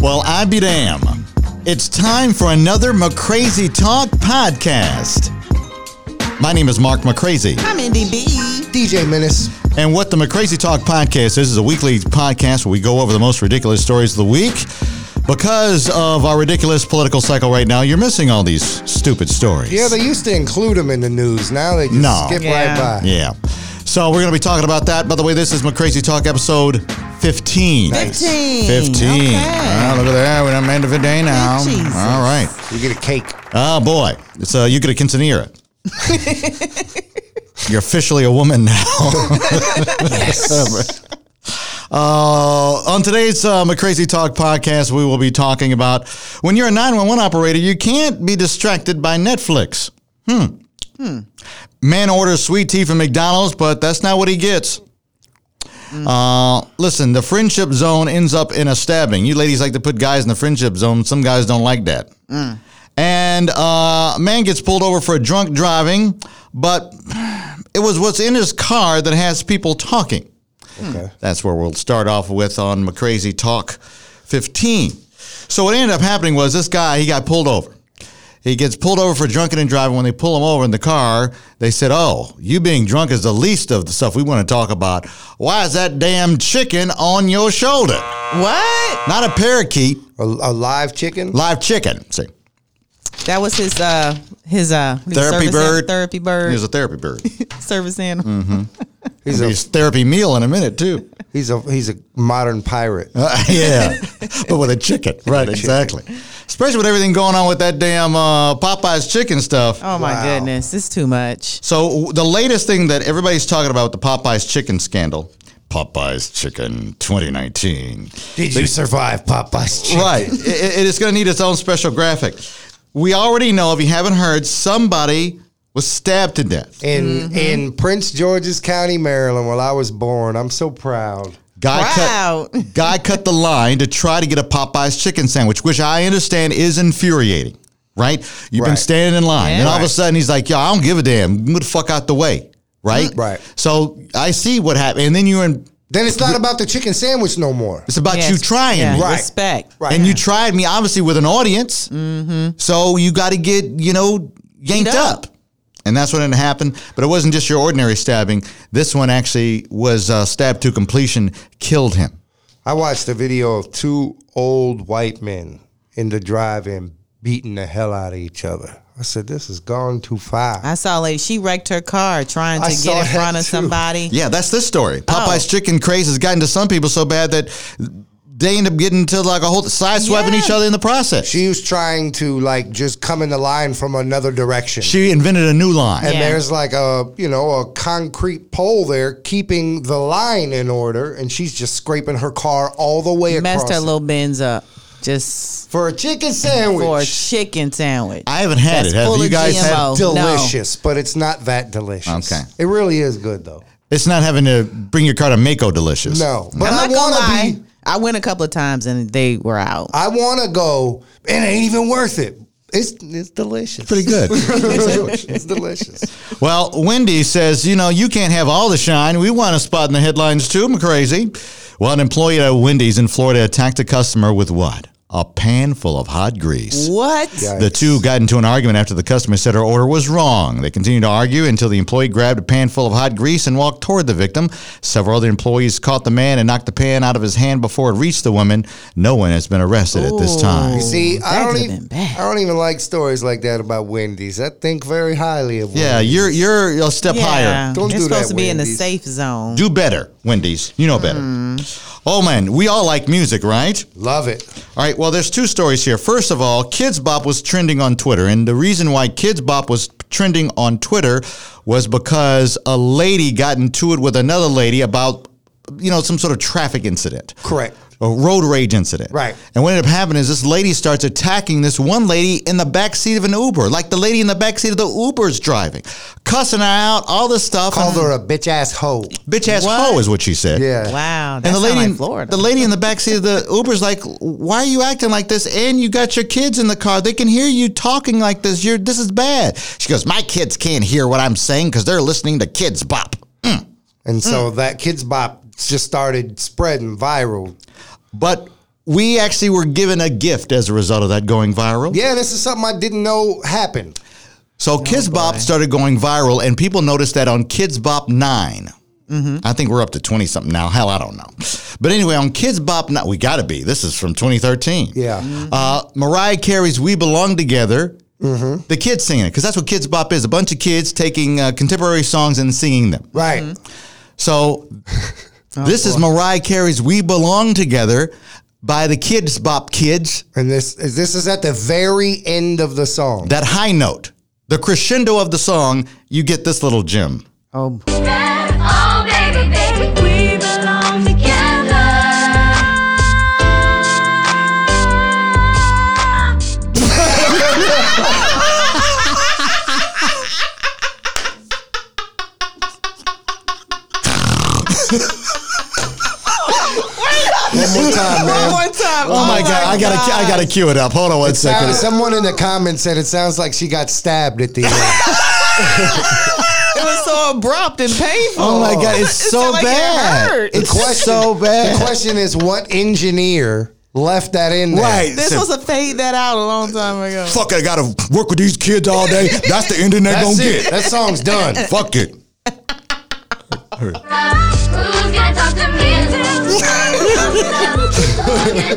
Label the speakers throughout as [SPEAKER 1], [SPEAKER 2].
[SPEAKER 1] Well, I be damn. It's time for another McCrazy Talk podcast. My name is Mark McCrazy.
[SPEAKER 2] I'm Indy B.
[SPEAKER 3] DJ Menace.
[SPEAKER 1] And what the McCrazy Talk podcast is, is a weekly podcast where we go over the most ridiculous stories of the week. Because of our ridiculous political cycle right now, you're missing all these stupid stories.
[SPEAKER 3] Yeah, they used to include him in the news. Now they just
[SPEAKER 1] No.
[SPEAKER 3] skip
[SPEAKER 2] Yeah.
[SPEAKER 3] right by.
[SPEAKER 1] Yeah. So we're going to be talking about that. By the way, this is McCrazy Talk episode 15.
[SPEAKER 3] Nice.
[SPEAKER 2] 15.
[SPEAKER 1] 15.
[SPEAKER 2] Okay.
[SPEAKER 1] Ah, look at that. We're not made to 15 now.
[SPEAKER 2] Jesus.
[SPEAKER 1] All right.
[SPEAKER 3] You get a cake.
[SPEAKER 1] Oh, boy. It's uh, you get a quinceanera. You're officially a woman now.
[SPEAKER 3] Yes.
[SPEAKER 1] Uh, on today's um, a Crazy Talk podcast, we will be talking about when you're a 911 operator, you can't be distracted by Netflix. Hmm. Man orders sweet tea from McDonald's, but that's not what he gets. Uh, listen, the friendship zone ends up in a stabbing. You ladies like to put guys in the friendship zone. Some guys don't like that. And uh, a man gets pulled over for drunk driving, but it was what's in his car that has people talking.
[SPEAKER 3] okay.
[SPEAKER 1] That's where we'll start off with on McCrazy Talk 15. So what ended up happening was this guy, he got pulled over. He gets pulled over for drunken and driving. When they pull him over in the car, they said, Oh, you being drunk is the least of the stuff we want to talk about. Why is that damn chicken on your shoulder?
[SPEAKER 2] What?
[SPEAKER 1] Not a parakeet,
[SPEAKER 3] A, a live chicken?
[SPEAKER 1] live chicken. See,
[SPEAKER 2] That was his uh his uh his
[SPEAKER 1] Therapy
[SPEAKER 2] service
[SPEAKER 1] bird.
[SPEAKER 2] an- therapy bird
[SPEAKER 1] here's a therapy bird.
[SPEAKER 2] service animal.
[SPEAKER 3] Mm. He's a
[SPEAKER 1] Here's therapy meal in a minute, too.
[SPEAKER 3] he's a he's a modern pirate.
[SPEAKER 1] Uh, yeah, but with a chicken, right? Exactly. Especially with everything going on with that damn uh, Popeyes chicken stuff.
[SPEAKER 2] Oh my
[SPEAKER 3] Wow.
[SPEAKER 2] goodness, it's too much.
[SPEAKER 1] So w- the latest thing that everybody's talking about with the Popeyes chicken scandal, Popeyes chicken 2019.
[SPEAKER 3] Did you survive Popeye's chicken?
[SPEAKER 1] Right, it, it is going to need its own special graphic. We already know, if you haven't heard, somebody was stabbed to death.
[SPEAKER 3] In in Prince George's County, Maryland, where I was born. I'm so proud.
[SPEAKER 1] Guy
[SPEAKER 2] Proud.
[SPEAKER 1] cut guy cut the line to try to get a Popeyes chicken sandwich, which I understand is infuriating. Right? You've been
[SPEAKER 3] Right.
[SPEAKER 1] standing in line, and all of a
[SPEAKER 3] Right.
[SPEAKER 1] sudden he's like, "Yo, I don't give a damn. Move the fuck out the way." Right?
[SPEAKER 3] Mm-hmm. Right.
[SPEAKER 1] So I see what happened, and then you're in.
[SPEAKER 3] Then it's not about the chicken sandwich no more.
[SPEAKER 1] It's about
[SPEAKER 2] Yes,
[SPEAKER 1] you trying
[SPEAKER 2] yeah,
[SPEAKER 1] me.
[SPEAKER 3] Right.
[SPEAKER 2] Respect.
[SPEAKER 3] Right.
[SPEAKER 1] and you tried me obviously with an audience. So you got to get you know yanked
[SPEAKER 2] Mm-hmm. Beat
[SPEAKER 1] up.
[SPEAKER 2] up.
[SPEAKER 1] and that's what had happened. But it wasn't just your ordinary stabbing. This one actually was uh, stabbed to completion, killed him.
[SPEAKER 3] I watched a video of two old white men in the drive-in beating the hell out of each other. I said, "This has gone too far."
[SPEAKER 2] I saw a lady. She wrecked her car trying to
[SPEAKER 3] I
[SPEAKER 2] get
[SPEAKER 3] saw
[SPEAKER 2] in front
[SPEAKER 3] that
[SPEAKER 2] of
[SPEAKER 3] too.
[SPEAKER 2] somebody.
[SPEAKER 1] Yeah, that's this story.
[SPEAKER 2] Oh.
[SPEAKER 1] Popeye's chicken craze has gotten to some people so bad that they end up getting to like a whole side swiping
[SPEAKER 2] Yeah.
[SPEAKER 1] each other in the process. She,
[SPEAKER 3] She was trying to like just come in the line from another direction.
[SPEAKER 1] invented a new line.
[SPEAKER 3] and
[SPEAKER 2] Yeah.
[SPEAKER 3] there's like a you know a concrete pole there keeping the line in order, and she's just scraping her car all the way across
[SPEAKER 2] Messed her
[SPEAKER 3] it
[SPEAKER 2] little bins up. Just
[SPEAKER 3] for a chicken
[SPEAKER 2] for a
[SPEAKER 3] sandwich.
[SPEAKER 2] chicken sandwich.
[SPEAKER 1] I haven't had
[SPEAKER 2] That's
[SPEAKER 1] it. Have
[SPEAKER 2] full
[SPEAKER 1] you
[SPEAKER 2] of
[SPEAKER 1] guys had?
[SPEAKER 2] GMO. no.
[SPEAKER 3] delicious, but it's not that delicious.
[SPEAKER 1] Okay.
[SPEAKER 3] it really is good though.
[SPEAKER 1] It's not having to bring your car to Mako Delicious.
[SPEAKER 3] No,
[SPEAKER 2] I'm
[SPEAKER 3] but I
[SPEAKER 2] not gonna lie.
[SPEAKER 3] want to be.
[SPEAKER 2] I went a couple of times and they were out.
[SPEAKER 3] I want to go, and it ain't even worth it. It's it's delicious.
[SPEAKER 1] pretty good.
[SPEAKER 3] it's delicious.
[SPEAKER 1] Well, Wendy says, you know, you can't have all the shine. We want a spot in the headlines too, McCrazy. Well, an employee at a Wendy's in Florida attacked a customer with what? A pan full of hot grease.
[SPEAKER 2] What?
[SPEAKER 3] Yeah.
[SPEAKER 1] The two got into an argument after the customer said her order was wrong. They continued to argue until the employee grabbed a pan full of hot grease and walked toward the victim. Several other employees caught the man and knocked the pan out of his hand before it reached the woman. No one has been arrested at this time.
[SPEAKER 2] Ooh.
[SPEAKER 3] See,
[SPEAKER 2] That
[SPEAKER 3] I don't
[SPEAKER 2] could've
[SPEAKER 3] even
[SPEAKER 2] been bad.
[SPEAKER 3] I don't even like stories like that about Wendy's. I think very highly of
[SPEAKER 1] Yeah,
[SPEAKER 3] Wendy's.
[SPEAKER 1] you're you're a step higher.
[SPEAKER 3] Don't
[SPEAKER 2] You're
[SPEAKER 3] do
[SPEAKER 2] supposed
[SPEAKER 3] that,
[SPEAKER 2] to be in the
[SPEAKER 3] Wendy's.
[SPEAKER 2] safe zone.
[SPEAKER 1] Do better, Wendy's. You know better. Oh man, we all like music, right?
[SPEAKER 3] love it.
[SPEAKER 1] All right, well, there's two stories here. First of all, Kids Bop was trending on Twitter, and the reason why Kids Bop was trending on Twitter was because a lady got into it with another lady about, you know, some sort of traffic incident.
[SPEAKER 3] Correct.
[SPEAKER 1] A road rage incident.
[SPEAKER 3] Right.
[SPEAKER 1] And what ended up happening is this lady starts attacking this one lady in the back seat of an Uber, like the lady in the back seat of the Uber's driving, cussing her out, all this stuff.
[SPEAKER 3] Called her a bitch ass hoe.
[SPEAKER 1] Bitch ass
[SPEAKER 2] What?
[SPEAKER 1] hoe is what she said.
[SPEAKER 3] Yeah.
[SPEAKER 2] Wow. That
[SPEAKER 1] And the lady,
[SPEAKER 2] like
[SPEAKER 1] in-
[SPEAKER 2] Florida.
[SPEAKER 1] the lady in the backseat of the Uber's like, "Why are you acting like this? And you got your kids in the car; they can hear you talking like this. You're this is bad." She goes, "My kids can't hear what I'm saying because they're listening to Kids Bop."
[SPEAKER 3] And so that kids bop just started spreading viral.
[SPEAKER 1] But we actually were given a gift as a result of that going viral.
[SPEAKER 3] Yeah, this is something I didn't know happened.
[SPEAKER 1] So Kids Bop started going viral, and people noticed that on Kids Bop 9. I think we're up to 20 something now. Hell, I don't know. But anyway, on Kids Bop 9, we gotta be. This is from 2013.
[SPEAKER 3] Yeah.
[SPEAKER 1] Uh, Mariah Carey's We Belong Together, the kids singing it, because that's what Kids Bop is a bunch of kids taking uh, contemporary songs and singing them.
[SPEAKER 3] Right.
[SPEAKER 1] So this is Mariah Carey's We Belong Together by the Kids Bop Kids,
[SPEAKER 3] And this is this is at the very end of the song.
[SPEAKER 1] that high note, the crescendo of the song, you get this little gem.
[SPEAKER 2] Oh,
[SPEAKER 4] Oh, baby, baby, we belong together.
[SPEAKER 3] One more time, man.
[SPEAKER 2] one time.
[SPEAKER 1] Oh, my god, I gotta I gotta cue it up. Hold on one second.
[SPEAKER 3] Sound- someone in the comments said it sounds like she got stabbed at the end.
[SPEAKER 2] It was so abrupt and painful.
[SPEAKER 1] Oh my god, it's
[SPEAKER 2] It
[SPEAKER 1] so
[SPEAKER 2] sounded like it
[SPEAKER 1] bad.
[SPEAKER 2] hurt.
[SPEAKER 1] it's so bad.
[SPEAKER 3] The question is, what engineer left that in there?
[SPEAKER 1] right.
[SPEAKER 2] They're supposed to fade that out a long time ago.
[SPEAKER 1] Fuck it, I gotta work with these kids all day. That's the ending they're
[SPEAKER 3] That's it. That song's done.
[SPEAKER 1] Fuck it.
[SPEAKER 4] Who's gonna talk to me? Who's gonna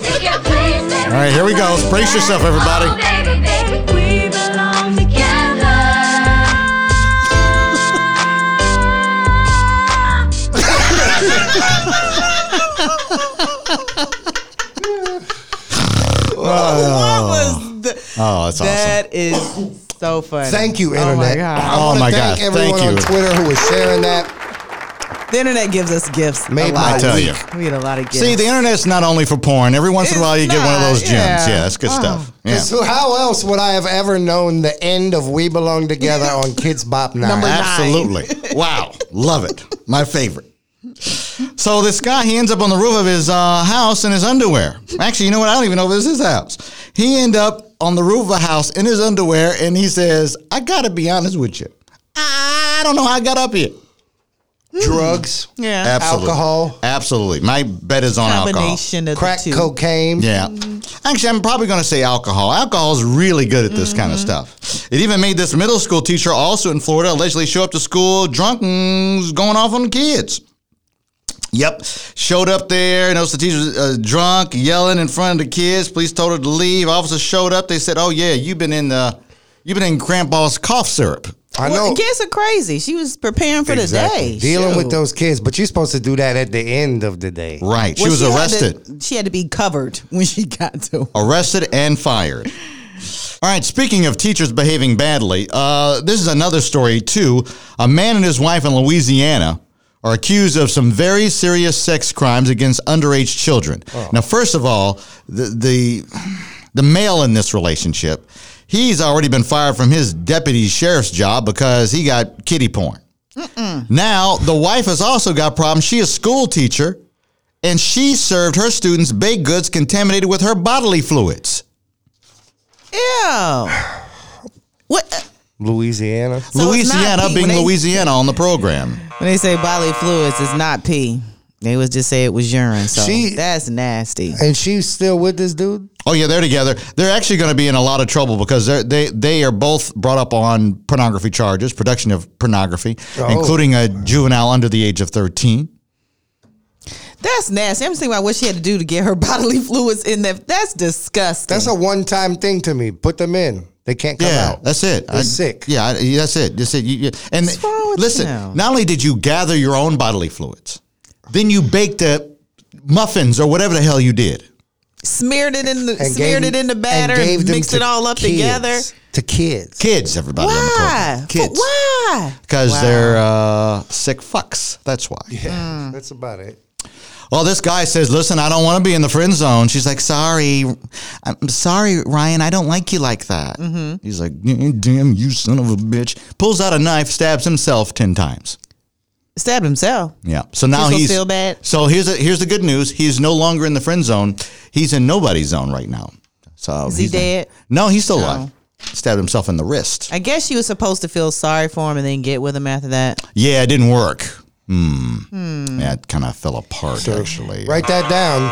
[SPEAKER 4] take your place? All
[SPEAKER 1] right, here we go. Brace yourself, everybody.
[SPEAKER 4] Oh, baby, baby, we belong together.
[SPEAKER 2] What was the,
[SPEAKER 1] Oh, that's awesome.
[SPEAKER 2] That is so funny.
[SPEAKER 3] Thank you,
[SPEAKER 2] Oh my
[SPEAKER 3] internet.
[SPEAKER 2] god.
[SPEAKER 3] I wanna
[SPEAKER 1] Oh, my
[SPEAKER 3] thank
[SPEAKER 1] God.
[SPEAKER 3] everyone
[SPEAKER 1] Thank
[SPEAKER 3] on
[SPEAKER 1] you.
[SPEAKER 3] Twitter who was sharing that.
[SPEAKER 2] The internet gives us gifts.
[SPEAKER 3] Made
[SPEAKER 2] a
[SPEAKER 3] my
[SPEAKER 1] I
[SPEAKER 2] lot.
[SPEAKER 1] tell
[SPEAKER 3] week.
[SPEAKER 1] you.
[SPEAKER 2] We get a lot of gifts.
[SPEAKER 1] See, the internet's not only for porn. Every once in a
[SPEAKER 2] It's
[SPEAKER 1] while, you get one of
[SPEAKER 2] not,
[SPEAKER 1] those gems.
[SPEAKER 2] yeah.
[SPEAKER 1] Yeah, that's good stuff. Yeah.
[SPEAKER 3] So how else would I have ever known the end of "We Belong Together" on Kids Bop Nine?
[SPEAKER 2] Number-
[SPEAKER 1] Absolutely. wow. Love it. My favorite. So this guy, he ends up on the roof of his uh, house in his underwear. Actually, you know what? I don't even know if this is his house. He end up on the roof of a house in his underwear, and he says, "I gotta be honest with you. I don't know how I got up here.
[SPEAKER 3] drugs,
[SPEAKER 2] yeah.
[SPEAKER 1] Absolutely.
[SPEAKER 3] Alcohol.
[SPEAKER 1] Absolutely. My bet is on alcohol.
[SPEAKER 2] combination of
[SPEAKER 3] crack,
[SPEAKER 2] the two.
[SPEAKER 3] cocaine.
[SPEAKER 1] Yeah. Actually, I'm probably going to say alcohol. Alcohol is really good at this kind of stuff. It even made this middle school teacher, also in Florida, allegedly show up to school drunk and was going off on the kids. Yep. Showed up there. Noticed the teacher was uh, drunk, yelling in front of the kids. Police told her to leave. Officers showed up. They said, Oh, yeah, you've been in the. You've been in Grandpa's cough syrup.
[SPEAKER 3] I know.
[SPEAKER 2] Well, kids are crazy. She was preparing for the
[SPEAKER 3] Exactly.
[SPEAKER 2] day.
[SPEAKER 3] Dealing
[SPEAKER 2] Shoot.
[SPEAKER 3] with those kids, but you're supposed to do that at the end of the day.
[SPEAKER 1] Right.
[SPEAKER 2] Well,
[SPEAKER 1] she was
[SPEAKER 2] had to-
[SPEAKER 1] arrested.
[SPEAKER 2] she had to be covered when she got to.
[SPEAKER 1] arrested and fired. All right, speaking of teachers behaving badly, uh, this is another story, too. A man and his wife in Louisiana are accused of some very serious sex crimes against underage children. Now, first of all, the, the, the male in this relationship, he's already been fired from his deputy sheriff's job because he got kitty porn. Now, the wife has also got problems. She is a school teacher and she served her students baked goods contaminated with her bodily fluids.
[SPEAKER 2] Ew. What?
[SPEAKER 3] Louisiana.
[SPEAKER 2] So it's not
[SPEAKER 1] Louisiana
[SPEAKER 2] pee.
[SPEAKER 1] being
[SPEAKER 2] When they-
[SPEAKER 1] Louisiana on the program.
[SPEAKER 2] When they say
[SPEAKER 3] Uh,
[SPEAKER 2] bodily fluids, it's not pee. They was just say it was urine. So
[SPEAKER 3] She-
[SPEAKER 2] that's nasty.
[SPEAKER 3] And she's still with this dude?
[SPEAKER 1] Oh yeah, they're together. They're actually going to be in a lot of trouble because they're, they they are both brought up on pornography charges, production of pornography,
[SPEAKER 3] Oh.
[SPEAKER 1] including a juvenile under the age of thirteen.
[SPEAKER 2] That's nasty. I'm just thinking about what she had to do to get her bodily fluids in there. That's disgusting.
[SPEAKER 3] That's a one time thing to me. Put them in. They can't come
[SPEAKER 1] Yeah,
[SPEAKER 3] out.
[SPEAKER 1] that's it.
[SPEAKER 3] They're sick.
[SPEAKER 1] Yeah, I, that's it. That's it. You, you- and
[SPEAKER 2] wrong with
[SPEAKER 1] listen,
[SPEAKER 2] you now?
[SPEAKER 1] not only did you gather your own bodily fluids, then you baked the muffins or whatever the hell you did.
[SPEAKER 2] smeared it in the
[SPEAKER 3] And
[SPEAKER 2] smeared
[SPEAKER 3] gave-
[SPEAKER 2] it in the batter and,
[SPEAKER 3] gave them
[SPEAKER 2] mixed
[SPEAKER 3] to
[SPEAKER 2] it all up
[SPEAKER 3] kids.
[SPEAKER 2] together.
[SPEAKER 3] To kids.
[SPEAKER 1] Kids, everybody on the program.
[SPEAKER 2] Why?
[SPEAKER 1] Kids.
[SPEAKER 2] But Why?
[SPEAKER 1] Because they're uh, sick fucks. That's why.
[SPEAKER 2] Mm.
[SPEAKER 3] Yeah, that's about it.
[SPEAKER 1] Well, this guy says, "Listen, I don't want to be in the friend zone." She's like, "Sorry, I'm sorry, Ryan. I don't like you like that."
[SPEAKER 2] Mm-hmm.
[SPEAKER 1] He's like, "Mm, "Damn you, son of a bitch!" Pulls out a knife, stabs himself ten times.
[SPEAKER 2] Stabbed himself.
[SPEAKER 1] Yeah. So now
[SPEAKER 2] This will
[SPEAKER 1] he's
[SPEAKER 2] feel bad.
[SPEAKER 1] So here's a, here's the good news. He's no longer in the friend zone. He's in nobody's zone right now. So
[SPEAKER 2] Is he
[SPEAKER 1] he's not-
[SPEAKER 2] dead? Oh.
[SPEAKER 1] no, he's still alive. Stabbed himself in the wrist.
[SPEAKER 2] I guess she was supposed to feel sorry for him and then get with him after that.
[SPEAKER 1] Yeah, it
[SPEAKER 2] Hmm.
[SPEAKER 1] didn't work. Hmm. That kind of fell apart actually.
[SPEAKER 3] Write that down.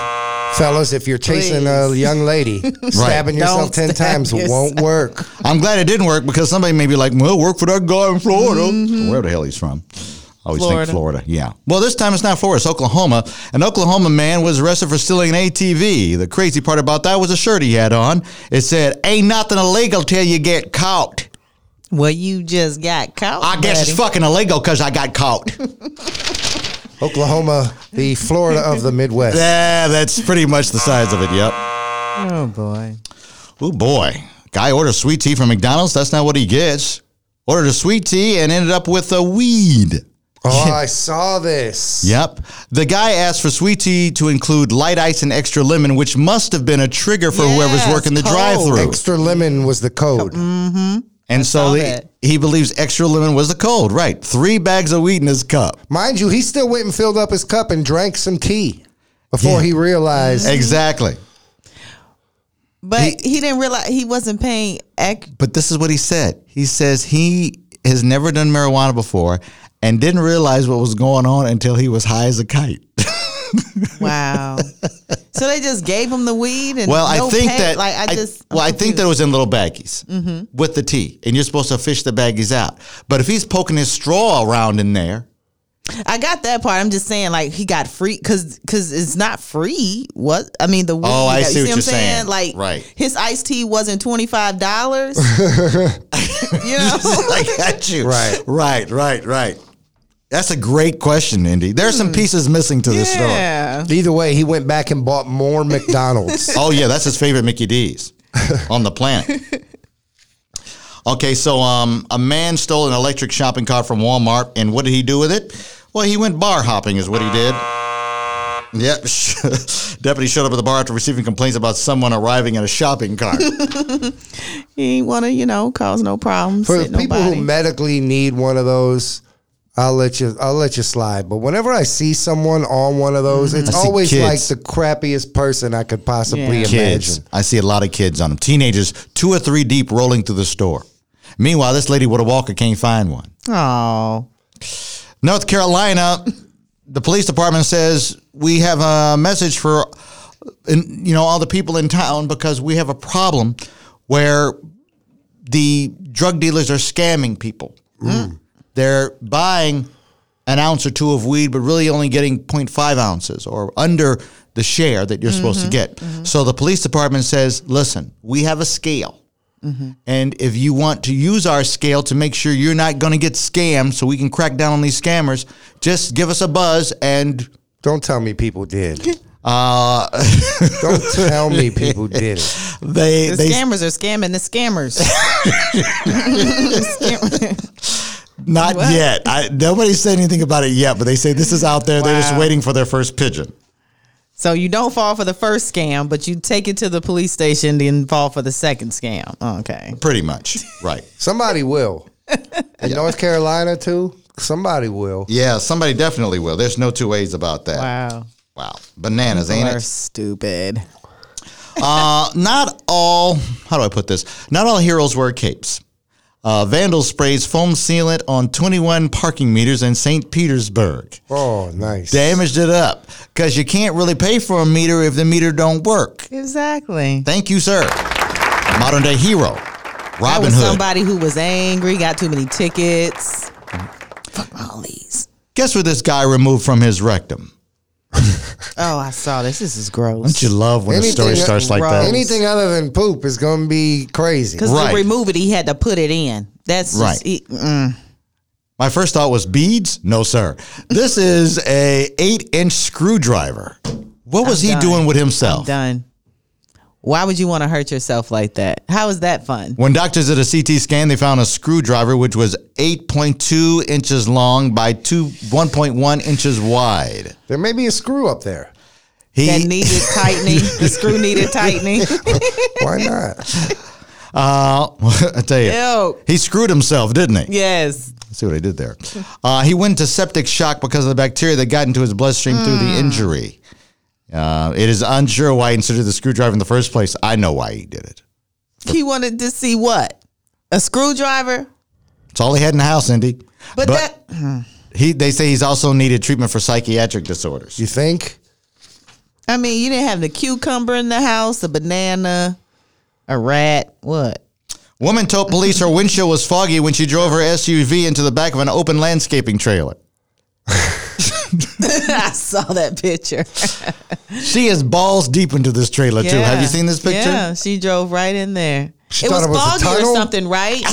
[SPEAKER 3] Fellas, if you're chasing a
[SPEAKER 2] Please.
[SPEAKER 3] young lady, stabbing yourself
[SPEAKER 2] Don't
[SPEAKER 3] 10
[SPEAKER 2] stab
[SPEAKER 3] times won't
[SPEAKER 2] yourself.
[SPEAKER 3] work.
[SPEAKER 1] I'm glad it didn't work because somebody may be like, well, work for that guy in Florida. Where the hell he's from. I always
[SPEAKER 2] Florida.
[SPEAKER 1] think Florida. Yeah. Well, this time it's not Florida, it's Oklahoma. An Oklahoma man was arrested for stealing an ATV. The crazy part about that was a shirt he had on. It said, Ain't nothing illegal till you get caught.
[SPEAKER 2] Well, you just got caught.
[SPEAKER 1] I guess it's
[SPEAKER 2] buddy.
[SPEAKER 1] fucking illegal because I got caught.
[SPEAKER 3] Oklahoma, the Florida of the Midwest.
[SPEAKER 1] yeah, that's pretty much the size of it. Yep.
[SPEAKER 2] Oh boy.
[SPEAKER 1] Oh boy, guy orders sweet tea from McDonald's. That's not what he gets. Ordered a sweet tea and ended up with a weed.
[SPEAKER 3] Oh, I saw this.
[SPEAKER 1] Yep. The guy asked for sweet tea to include light ice and extra lemon, which must have been a trigger for whoever's
[SPEAKER 2] Yes,
[SPEAKER 1] working the
[SPEAKER 2] cold.
[SPEAKER 1] drive-through.
[SPEAKER 3] Extra lemon was the code.
[SPEAKER 1] and so
[SPEAKER 2] saw
[SPEAKER 1] he,
[SPEAKER 2] that.
[SPEAKER 1] he believes extra lemon was the cold. Right. Three bags of wheat in his cup.
[SPEAKER 3] Mind you, he still went and filled up his cup and drank some tea before
[SPEAKER 1] Yeah.
[SPEAKER 3] he realized.
[SPEAKER 2] Mm-hmm.
[SPEAKER 1] Exactly.
[SPEAKER 2] But he, didn't realize he wasn't paying. Ac-
[SPEAKER 1] But this is what he said. He says he has never done marijuana before and didn't realize what was going on until he was high as a kite.
[SPEAKER 2] wow. so they just gave him the weed and
[SPEAKER 1] Well,
[SPEAKER 2] no
[SPEAKER 1] I think
[SPEAKER 2] pay-
[SPEAKER 1] that
[SPEAKER 2] like I just Mm-hmm.
[SPEAKER 1] well, I think that it was in little baggies with the tea, and you're supposed to fish the baggies out. But if he's poking his straw around in there,
[SPEAKER 2] I got that part. I'm just saying like he got free because because it's not free. What I mean the weed.
[SPEAKER 1] Oh, I
[SPEAKER 2] you
[SPEAKER 1] see what you're saying.
[SPEAKER 2] Like
[SPEAKER 1] Right.
[SPEAKER 2] his iced tea wasn't twenty five dollars. you know.
[SPEAKER 1] I got you.
[SPEAKER 3] Right.
[SPEAKER 1] right, right, right. That's a great question, Indy. There's some pieces missing to this story.
[SPEAKER 2] Yeah.
[SPEAKER 3] Either way, he went back and bought more McDonald's.
[SPEAKER 1] Oh yeah, that's his favorite Mickey D's on the planet. Okay, so um, a man stole an electric shopping cart from Walmart, and what did he do with it? Well, he went bar hopping, is what he did. Yep. Deputy showed up at the bar after receiving complaints about someone arriving in a shopping cart.
[SPEAKER 2] He ain't want to you know cause no problems.
[SPEAKER 3] For
[SPEAKER 2] hit
[SPEAKER 3] people
[SPEAKER 2] nobody.
[SPEAKER 3] who medically need one of those, I'll let you. I'll let you slide. But whenever I see someone on one of those, it's
[SPEAKER 1] Mm-hmm. I see
[SPEAKER 3] always like
[SPEAKER 1] kids.
[SPEAKER 3] the crappiest person I could possibly
[SPEAKER 2] Yeah.
[SPEAKER 3] imagine.
[SPEAKER 1] kids. I see a lot of kids on them. Teenagers, two or three deep, rolling through the store. Meanwhile, this lady with a walker can't find one.
[SPEAKER 2] Oh.
[SPEAKER 1] North Carolina, the police department says we have a message for, in, you know, all the people in town because we have a problem where the drug dealers are scamming people. They're buying an ounce or two of weed, but really only getting 0.5 ounces or under the share that you're supposed to get. So the police department says, listen, we have a scale. And if you want to use our scale to make sure you're not going to get scammed so we can crack down on these scammers, just give us a buzz and
[SPEAKER 3] Don't tell me people did. Don't tell me
[SPEAKER 1] Uh,
[SPEAKER 3] people did it.
[SPEAKER 1] they
[SPEAKER 2] The
[SPEAKER 1] they
[SPEAKER 2] scammers are scamming the scammers. Scam-
[SPEAKER 1] not
[SPEAKER 2] What?
[SPEAKER 1] yet. I, nobody said anything about it yet, but they say this is out there. They're just
[SPEAKER 2] Wow.
[SPEAKER 1] waiting for their first pigeon.
[SPEAKER 2] so you don't fall for the first scam, but you take it to the police station and fall for the second scam. Okay.
[SPEAKER 1] Pretty much, right?
[SPEAKER 3] Somebody will. In North Carolina too. Somebody will.
[SPEAKER 1] yeah, somebody definitely will. There's no two ways about that.
[SPEAKER 2] Wow.
[SPEAKER 1] Wow. bananas,
[SPEAKER 2] People
[SPEAKER 1] ain't
[SPEAKER 2] are
[SPEAKER 1] it?
[SPEAKER 2] stupid.
[SPEAKER 1] Uh, not all. How do I put this? Not all heroes wear capes. Uh, vandals sprays foam sealant on 21 parking meters in St. Petersburg.
[SPEAKER 3] Oh, nice.
[SPEAKER 1] damaged it up because you can't really pay for a meter if the meter don't work.
[SPEAKER 2] Exactly.
[SPEAKER 1] Thank you, sir. Modern day hero,
[SPEAKER 2] That
[SPEAKER 1] Robin
[SPEAKER 2] was
[SPEAKER 1] Hood.
[SPEAKER 2] somebody who was angry, got too many tickets. Fuck all these.
[SPEAKER 1] Guess what this guy removed from his rectum?
[SPEAKER 2] Oh, I saw this. This is
[SPEAKER 1] Don't
[SPEAKER 2] gross.
[SPEAKER 1] you love when
[SPEAKER 3] Anything
[SPEAKER 1] a story
[SPEAKER 3] that-
[SPEAKER 1] starts like that?
[SPEAKER 2] Right.
[SPEAKER 3] Anything other than poop is going to be crazy.
[SPEAKER 2] Because
[SPEAKER 1] Right.
[SPEAKER 2] to remove it, he had to put it in. That's
[SPEAKER 1] Right.
[SPEAKER 2] just, it- mm.
[SPEAKER 1] My first thought was beads. No, sir. This is a eight inch screwdriver. What was he
[SPEAKER 2] done.
[SPEAKER 1] doing with himself?
[SPEAKER 2] done. Why would you want to hurt yourself like that? How is that fun?
[SPEAKER 1] When doctors did a CT scan, they found a screwdriver which was 8.2 inches long by two 1.1 inches wide.
[SPEAKER 3] There may be a screw up there.
[SPEAKER 1] He,
[SPEAKER 2] That needed tightening. the screw needed tightening.
[SPEAKER 3] Why not?
[SPEAKER 1] Uh, I tell you,
[SPEAKER 2] Ew.
[SPEAKER 1] he screwed himself, didn't he?
[SPEAKER 2] yes.
[SPEAKER 1] See what I did there. Uh, he went to septic shock because of the bacteria that got into his bloodstream through
[SPEAKER 2] Hmm.
[SPEAKER 1] the injury. Uh, it is unsure why he inserted the screwdriver in the first place. I know why he did it.
[SPEAKER 2] He wanted to see what? A screwdriver?
[SPEAKER 1] It's all he had in the house, Indy.
[SPEAKER 2] But, that
[SPEAKER 1] he, they say he's also needed treatment for psychiatric disorders.
[SPEAKER 3] You think?
[SPEAKER 2] I mean, you didn't have the cucumber in the house, a banana, a rat. What?
[SPEAKER 1] Woman told police her windshield was foggy when she drove her SUV into the back of an open landscaping trailer.
[SPEAKER 2] I saw that picture.
[SPEAKER 1] She is balls deep into this trailer too. Have you seen this picture?
[SPEAKER 2] Yeah, she drove right in there.
[SPEAKER 3] She
[SPEAKER 2] it was
[SPEAKER 3] thought it was a
[SPEAKER 2] foggy or
[SPEAKER 3] tunnel?
[SPEAKER 2] something, right? No,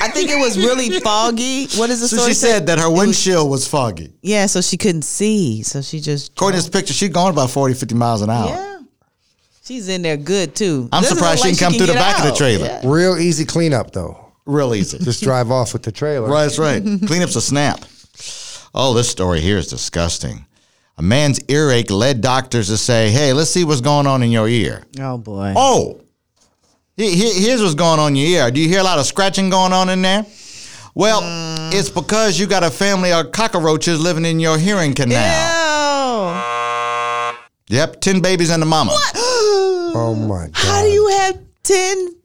[SPEAKER 2] I think it was really foggy. What is the
[SPEAKER 1] So
[SPEAKER 2] story?
[SPEAKER 1] she
[SPEAKER 2] say?
[SPEAKER 1] said that her windshield was foggy.
[SPEAKER 2] yeah, so she couldn't see, so she just
[SPEAKER 1] According to this picture, she's going about 40, 50 miles an hour.
[SPEAKER 2] yeah. She's in there good too.
[SPEAKER 1] Oh. I'm
[SPEAKER 2] Doesn't
[SPEAKER 1] surprised
[SPEAKER 2] look
[SPEAKER 1] she didn't
[SPEAKER 2] like
[SPEAKER 1] come
[SPEAKER 2] can
[SPEAKER 1] through the
[SPEAKER 2] get
[SPEAKER 1] back of the
[SPEAKER 2] out.
[SPEAKER 1] trailer.
[SPEAKER 2] Yeah.
[SPEAKER 3] Real easy cleanup though.
[SPEAKER 1] Real easy.
[SPEAKER 3] Just drive off with the trailer.
[SPEAKER 1] Right, that's right. Cleanup's a snap. Oh, this story here is disgusting. A man's earache led doctors to say, hey, let's see what's going on in your ear.
[SPEAKER 2] Oh boy.
[SPEAKER 1] Oh, he- he- here's what's going on in your ear. Do you hear a lot of scratching going on in there? Well, it's because you got a family of cockroaches living in your hearing canal.
[SPEAKER 2] Ew.
[SPEAKER 1] Yep, 10 babies and a mama.
[SPEAKER 3] Oh my god.
[SPEAKER 2] How do you have ten?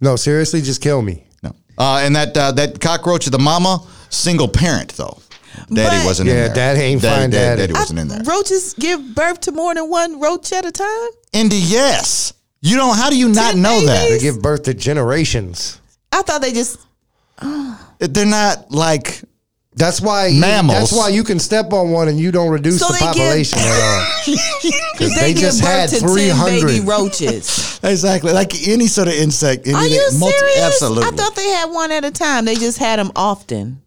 [SPEAKER 3] No, seriously, just kill me.
[SPEAKER 1] No. Uh, and that uh, that cockroach, the mama, single parent, though. Daddy
[SPEAKER 2] But-
[SPEAKER 1] wasn't in
[SPEAKER 3] Yeah,
[SPEAKER 1] there.
[SPEAKER 3] daddy ain't find daddy.
[SPEAKER 1] daddy wasn't in there.
[SPEAKER 2] Roaches give birth to more than one roach at a time.
[SPEAKER 1] Indy, yes. You don't. How do you not
[SPEAKER 2] Ten
[SPEAKER 1] know
[SPEAKER 3] They
[SPEAKER 2] babies?
[SPEAKER 3] give birth to generations.
[SPEAKER 2] I thought they just
[SPEAKER 1] that? They're not like.
[SPEAKER 3] That's why
[SPEAKER 1] Mammals.
[SPEAKER 3] That's why you can step on one and you don't reduce
[SPEAKER 2] So
[SPEAKER 3] the
[SPEAKER 2] they give-
[SPEAKER 3] population at all.
[SPEAKER 2] they,
[SPEAKER 3] they
[SPEAKER 2] give
[SPEAKER 3] just
[SPEAKER 2] birth
[SPEAKER 3] had
[SPEAKER 2] to 10 baby
[SPEAKER 3] 300.
[SPEAKER 2] roaches.
[SPEAKER 1] Exactly, like any sort of insect. Any
[SPEAKER 2] Are you
[SPEAKER 1] multi-
[SPEAKER 2] serious?
[SPEAKER 1] Absolutely.
[SPEAKER 2] I thought they had one at a time. They just had them often.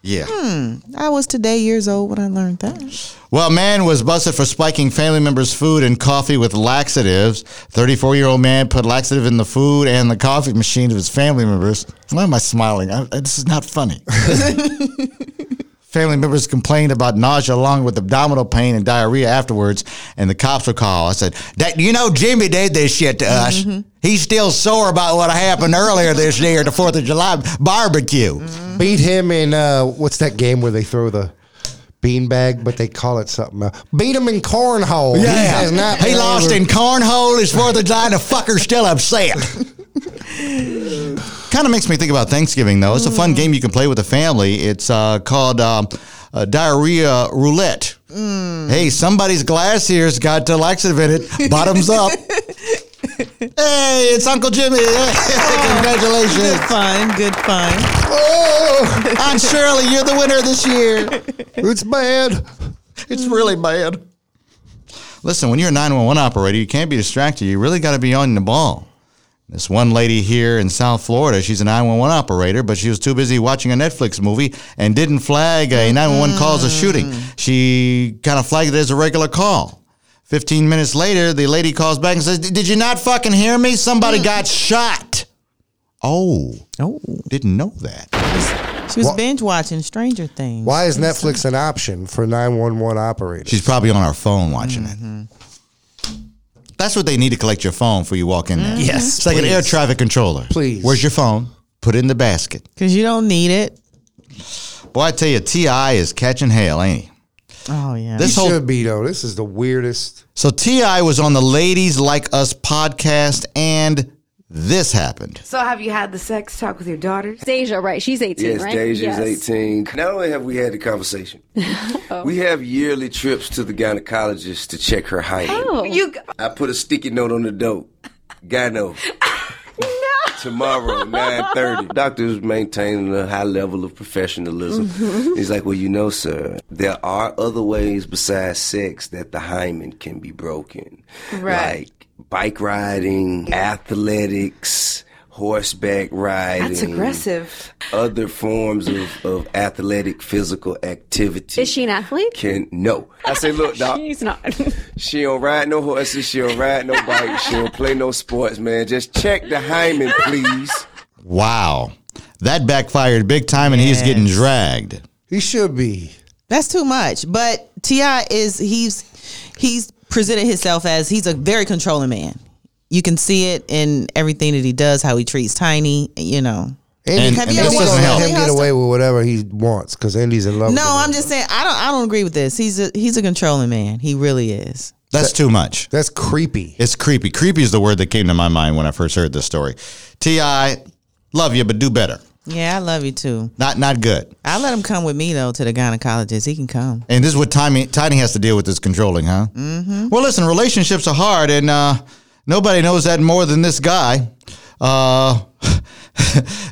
[SPEAKER 1] yeah.
[SPEAKER 2] Hmm. I was today years old when I learned that.
[SPEAKER 1] Well, a man was busted for spiking family members' food and coffee with laxatives. 34 year old man put laxative in the food and the coffee machine of his family members. Why am I smiling? I, I- this is not funny. family members complained about nausea along with abdominal pain and diarrhea afterwards, and the cops were called. I said, that, You know, Jimmy did this shit to us. He's still sore about what happened earlier this year at the 4th of July barbecue.
[SPEAKER 3] Beat him in uh, what's that game where they throw the beanbag, but they call it something else. Beat him in cornhole. He has not
[SPEAKER 1] he
[SPEAKER 3] been
[SPEAKER 1] lost
[SPEAKER 3] over-
[SPEAKER 1] in cornhole. His fourth of July. The fucker's still upset. kind of makes me think about Thanksgiving though. It's a fun game you can play with the family. It's uh, called um, uh, diarrhea roulette. Hey, somebody's glass here's got the laxative in it. Bottoms up. hey, it's Uncle Jimmy.
[SPEAKER 2] Good
[SPEAKER 1] Congratulations,
[SPEAKER 2] fun, good fun.
[SPEAKER 3] Oh,
[SPEAKER 1] Aunt Shirley. You're the winner this year.
[SPEAKER 3] it's bad.
[SPEAKER 1] It's really bad. Mm. Listen, when you're a 911 operator, you can't be distracted. You really got to be on the ball. This one lady here in South Florida, she's a 911 operator, but she was too busy watching a Netflix movie and didn't flag a 911 call as a shooting. She kind of flagged it as a regular call. 15 minutes later, the lady calls back and says, Did you not fucking hear me? Somebody got shot. Oh,
[SPEAKER 2] Oh,
[SPEAKER 1] didn't know that.
[SPEAKER 2] she was binge watching Stranger Things.
[SPEAKER 3] Why is Netflix an option for 911 operators?
[SPEAKER 1] She's probably on her phone watching it. That's what they need to collect your phone before you walk in there. Yes. It's like an air traffic controller.
[SPEAKER 3] Please.
[SPEAKER 1] Where's your phone? Put it in the basket.
[SPEAKER 2] Because you don't need it.
[SPEAKER 1] Boy, I tell you, T.I. is catching hell, ain't he?
[SPEAKER 2] Oh yeah.
[SPEAKER 1] This
[SPEAKER 3] Should
[SPEAKER 1] whole
[SPEAKER 3] be though. This is the weirdest.
[SPEAKER 1] So T.I. was on the Ladies Like Us podcast and this happened.
[SPEAKER 5] So have you had the sex talk with your daughters?
[SPEAKER 6] Deja, right? She's 18,
[SPEAKER 7] Yes,
[SPEAKER 6] right?
[SPEAKER 7] Deja's 18. Not only have we had the conversation,
[SPEAKER 6] Oh.
[SPEAKER 7] we have yearly trips to the gynecologist to check her height.
[SPEAKER 6] Oh.
[SPEAKER 5] You
[SPEAKER 7] I put a sticky note on the door. Gyno. Tomorrow, 9.30. Doctor's maintaining a high level of professionalism.
[SPEAKER 6] Mm-hmm.
[SPEAKER 7] He's like, well, you know, sir, there are other ways besides sex that the hymen can be broken.
[SPEAKER 6] Right.
[SPEAKER 7] Like bike riding, athletics, horseback riding.
[SPEAKER 5] that's aggressive.
[SPEAKER 7] Other forms of, of athletic physical activity.
[SPEAKER 6] Is she an athlete?
[SPEAKER 7] Can, no. I say, look, doc.
[SPEAKER 6] She's not.
[SPEAKER 7] She don't ride no horses. She don't ride no bike. She don't play no sports, man. Just check the hymen, please.
[SPEAKER 1] Wow. That backfired big time and he's getting dragged.
[SPEAKER 3] He should be.
[SPEAKER 2] That's too much. But Ti is he's he's presented himself as he's a very controlling man. You can see it in everything that he does, how he treats Tiny. You know.
[SPEAKER 3] Andy,
[SPEAKER 1] Have
[SPEAKER 3] and,
[SPEAKER 1] you ever
[SPEAKER 3] Andy's
[SPEAKER 1] watched
[SPEAKER 3] gonna let
[SPEAKER 1] Family
[SPEAKER 3] him get
[SPEAKER 2] Hustle?
[SPEAKER 3] away with whatever he wants because Andy's in love.
[SPEAKER 2] No,
[SPEAKER 3] with him.
[SPEAKER 2] I'm just saying I don't I don't agree with this. He's a he's a controlling man. He really is.
[SPEAKER 1] That's too much.
[SPEAKER 3] That's creepy.
[SPEAKER 1] It's creepy. Creepy is the word that came to my mind when I first heard this story. T.I., love you, but do better.
[SPEAKER 2] Yeah, I love you too.
[SPEAKER 1] Not not good.
[SPEAKER 2] I let him come with me though to the gynecologist. He can come.
[SPEAKER 1] And this is what Tiny, Tiny has to deal with this controlling, huh? Mm-hmm. Well, listen, relationships are hard, and uh, nobody knows that more than this guy. Uh,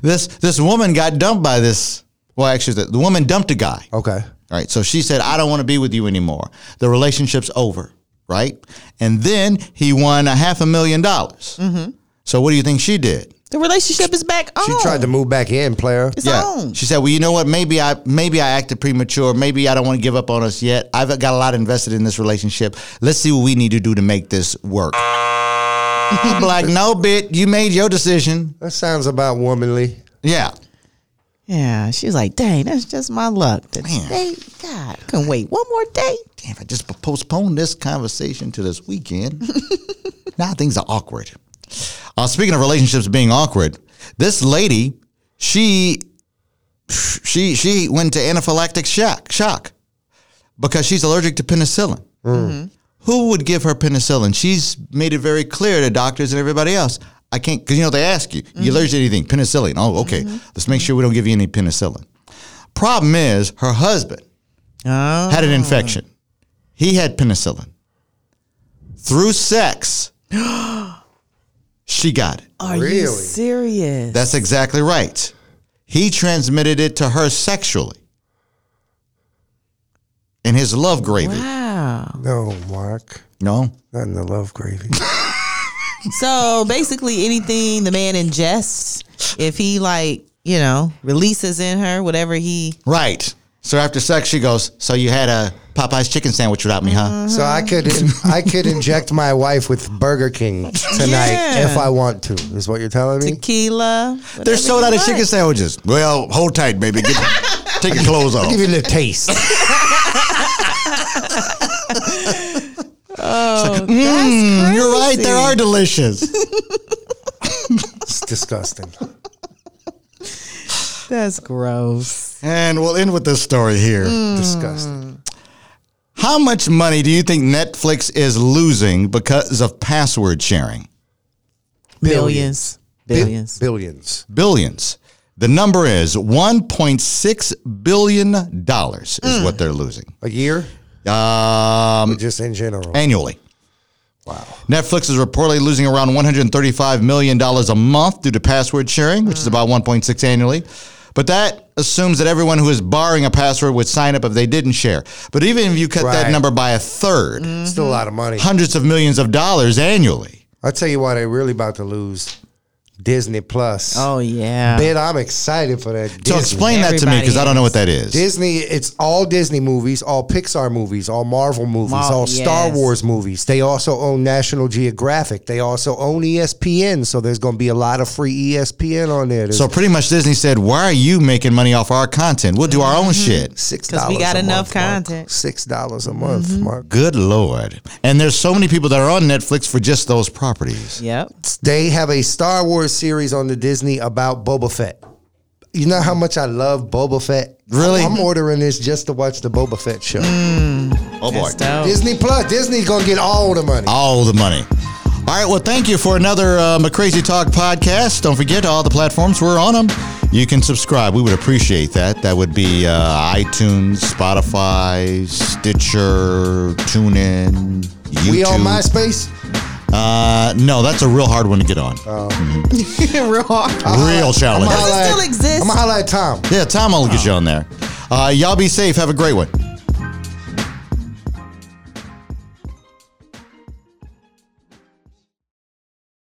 [SPEAKER 1] this this woman got dumped by this. Well, actually, the, the woman dumped a guy.
[SPEAKER 3] Okay.
[SPEAKER 1] All right. So she said, I don't want to be with you anymore. The relationship's over. Right. And then he won a half a million dollars. Mm-hmm. So what do you think she did?
[SPEAKER 2] The relationship is back on.
[SPEAKER 3] She tried to move back in, player.
[SPEAKER 2] It's on.
[SPEAKER 1] She said, "Well, you know what? Maybe I maybe I acted premature. Maybe I don't want to give up on us yet. I've got a lot invested in this relationship. Let's see what we need to do to make this work." I'm like, "No, bit. You made your decision."
[SPEAKER 3] That sounds about womanly.
[SPEAKER 1] Yeah.
[SPEAKER 2] Yeah, she's like, dang, that's just my luck. Today, God, I couldn't wait one more day.
[SPEAKER 1] Damn, I just postponed this conversation to this weekend. now things are awkward. Uh, speaking of relationships being awkward, this lady, she, she, she went to anaphylactic shock, shock, because she's allergic to penicillin. Who would give her penicillin? She's made it very clear to doctors and everybody else. I can't, because you know they ask you, you allergic to anything? Penicillin. Oh, okay. Let's make sure we don't give you any penicillin. Problem is, her husband
[SPEAKER 2] Oh,
[SPEAKER 1] had an infection. He had penicillin. Through sex, she got it.
[SPEAKER 2] are you
[SPEAKER 3] Really?
[SPEAKER 2] serious?
[SPEAKER 1] That's exactly right. He transmitted it to her sexually in his love gravy.
[SPEAKER 2] wow.
[SPEAKER 3] No, Mark.
[SPEAKER 1] No,
[SPEAKER 3] Not in the love gravy.
[SPEAKER 2] so basically, anything the man ingests, if he like, you know, releases in her whatever he
[SPEAKER 1] right. So after sex, she goes. So you had a Popeye's chicken sandwich without me, huh?
[SPEAKER 3] so I could I could inject my wife with Burger King tonight
[SPEAKER 2] Yeah.
[SPEAKER 3] if I want to. Is what you're telling me?
[SPEAKER 2] tequila.
[SPEAKER 1] They're sold out of chicken sandwiches. Well, hold tight, baby. Get, take your clothes off.
[SPEAKER 3] Give you a little taste.
[SPEAKER 1] Mm, you're right. They are delicious.
[SPEAKER 3] It's disgusting.
[SPEAKER 2] That's gross.
[SPEAKER 1] and we'll end with this story here.
[SPEAKER 2] Mm.
[SPEAKER 3] disgusting.
[SPEAKER 1] How much money do you think Netflix is losing because of password sharing?
[SPEAKER 2] Billions. Billions.
[SPEAKER 3] Billions.
[SPEAKER 1] Billions. The number is $1.6 billion is what they're losing
[SPEAKER 3] A year?
[SPEAKER 1] um,
[SPEAKER 3] Just in general.
[SPEAKER 1] annually.
[SPEAKER 3] Wow.
[SPEAKER 1] Netflix is reportedly losing around $135 million a month due to password sharing, which
[SPEAKER 3] Mm.
[SPEAKER 1] is about 1.6 annually. But that assumes that everyone who is borrowing a password would sign up if they didn't share. But even if you cut that
[SPEAKER 3] Right. Mm.
[SPEAKER 1] number by a third,
[SPEAKER 3] Still a lot of money.
[SPEAKER 1] hundreds of millions of dollars annually.
[SPEAKER 3] I'll tell you why they're really about to lose Disney Plus.
[SPEAKER 2] Oh yeah.
[SPEAKER 3] Man, I'm excited for that.
[SPEAKER 1] So
[SPEAKER 3] Disney.
[SPEAKER 1] explain that to me
[SPEAKER 2] Everybody
[SPEAKER 1] because I don't know what that is.
[SPEAKER 3] Disney, it's all Disney movies, all Pixar movies, all Marvel movies,
[SPEAKER 2] Mar-
[SPEAKER 3] all Star
[SPEAKER 2] yes.
[SPEAKER 3] Wars movies. They also own National Geographic. They also own E ESPN. So there's going to be a lot of free E ESPN on there. There's
[SPEAKER 1] So pretty much Disney said, "Why are you making money off our content? We'll do our own shit."
[SPEAKER 3] six
[SPEAKER 2] 'Cause
[SPEAKER 3] dollars.
[SPEAKER 2] we got
[SPEAKER 3] a
[SPEAKER 2] enough
[SPEAKER 3] month, Mark.
[SPEAKER 2] content. Mm-hmm.
[SPEAKER 3] Six dollars a month, Mark.
[SPEAKER 1] Good lord! And there's so many people that are on Netflix for just those properties.
[SPEAKER 2] Yep.
[SPEAKER 3] They have a Star Wars series on the Disney about Boba Fett. You know how much I love Boba Fett.
[SPEAKER 1] Really?
[SPEAKER 3] I'm ordering this just to watch the Boba Fett show.
[SPEAKER 2] Mm.
[SPEAKER 1] Oh boy,
[SPEAKER 2] That's dope.
[SPEAKER 3] Disney Plus. Disney's gonna get all the money.
[SPEAKER 1] all the money. All right, well, thank you for another um, a Crazy Talk podcast. Don't forget all the platforms we're on them. You can subscribe. We would appreciate that. That would be uh, iTunes, Spotify, Stitcher, TuneIn, YouTube.
[SPEAKER 3] We on MySpace.
[SPEAKER 1] Uh, no, that's a real hard one to get on.
[SPEAKER 2] Oh.
[SPEAKER 1] Mm-hmm.
[SPEAKER 2] Real hard.
[SPEAKER 1] real challenge.
[SPEAKER 2] Does it still
[SPEAKER 3] I'm
[SPEAKER 2] exist?
[SPEAKER 3] gonna holla at Tom.
[SPEAKER 1] Yeah, Tom will get you on there. Uh, y'all be safe. Have a great one.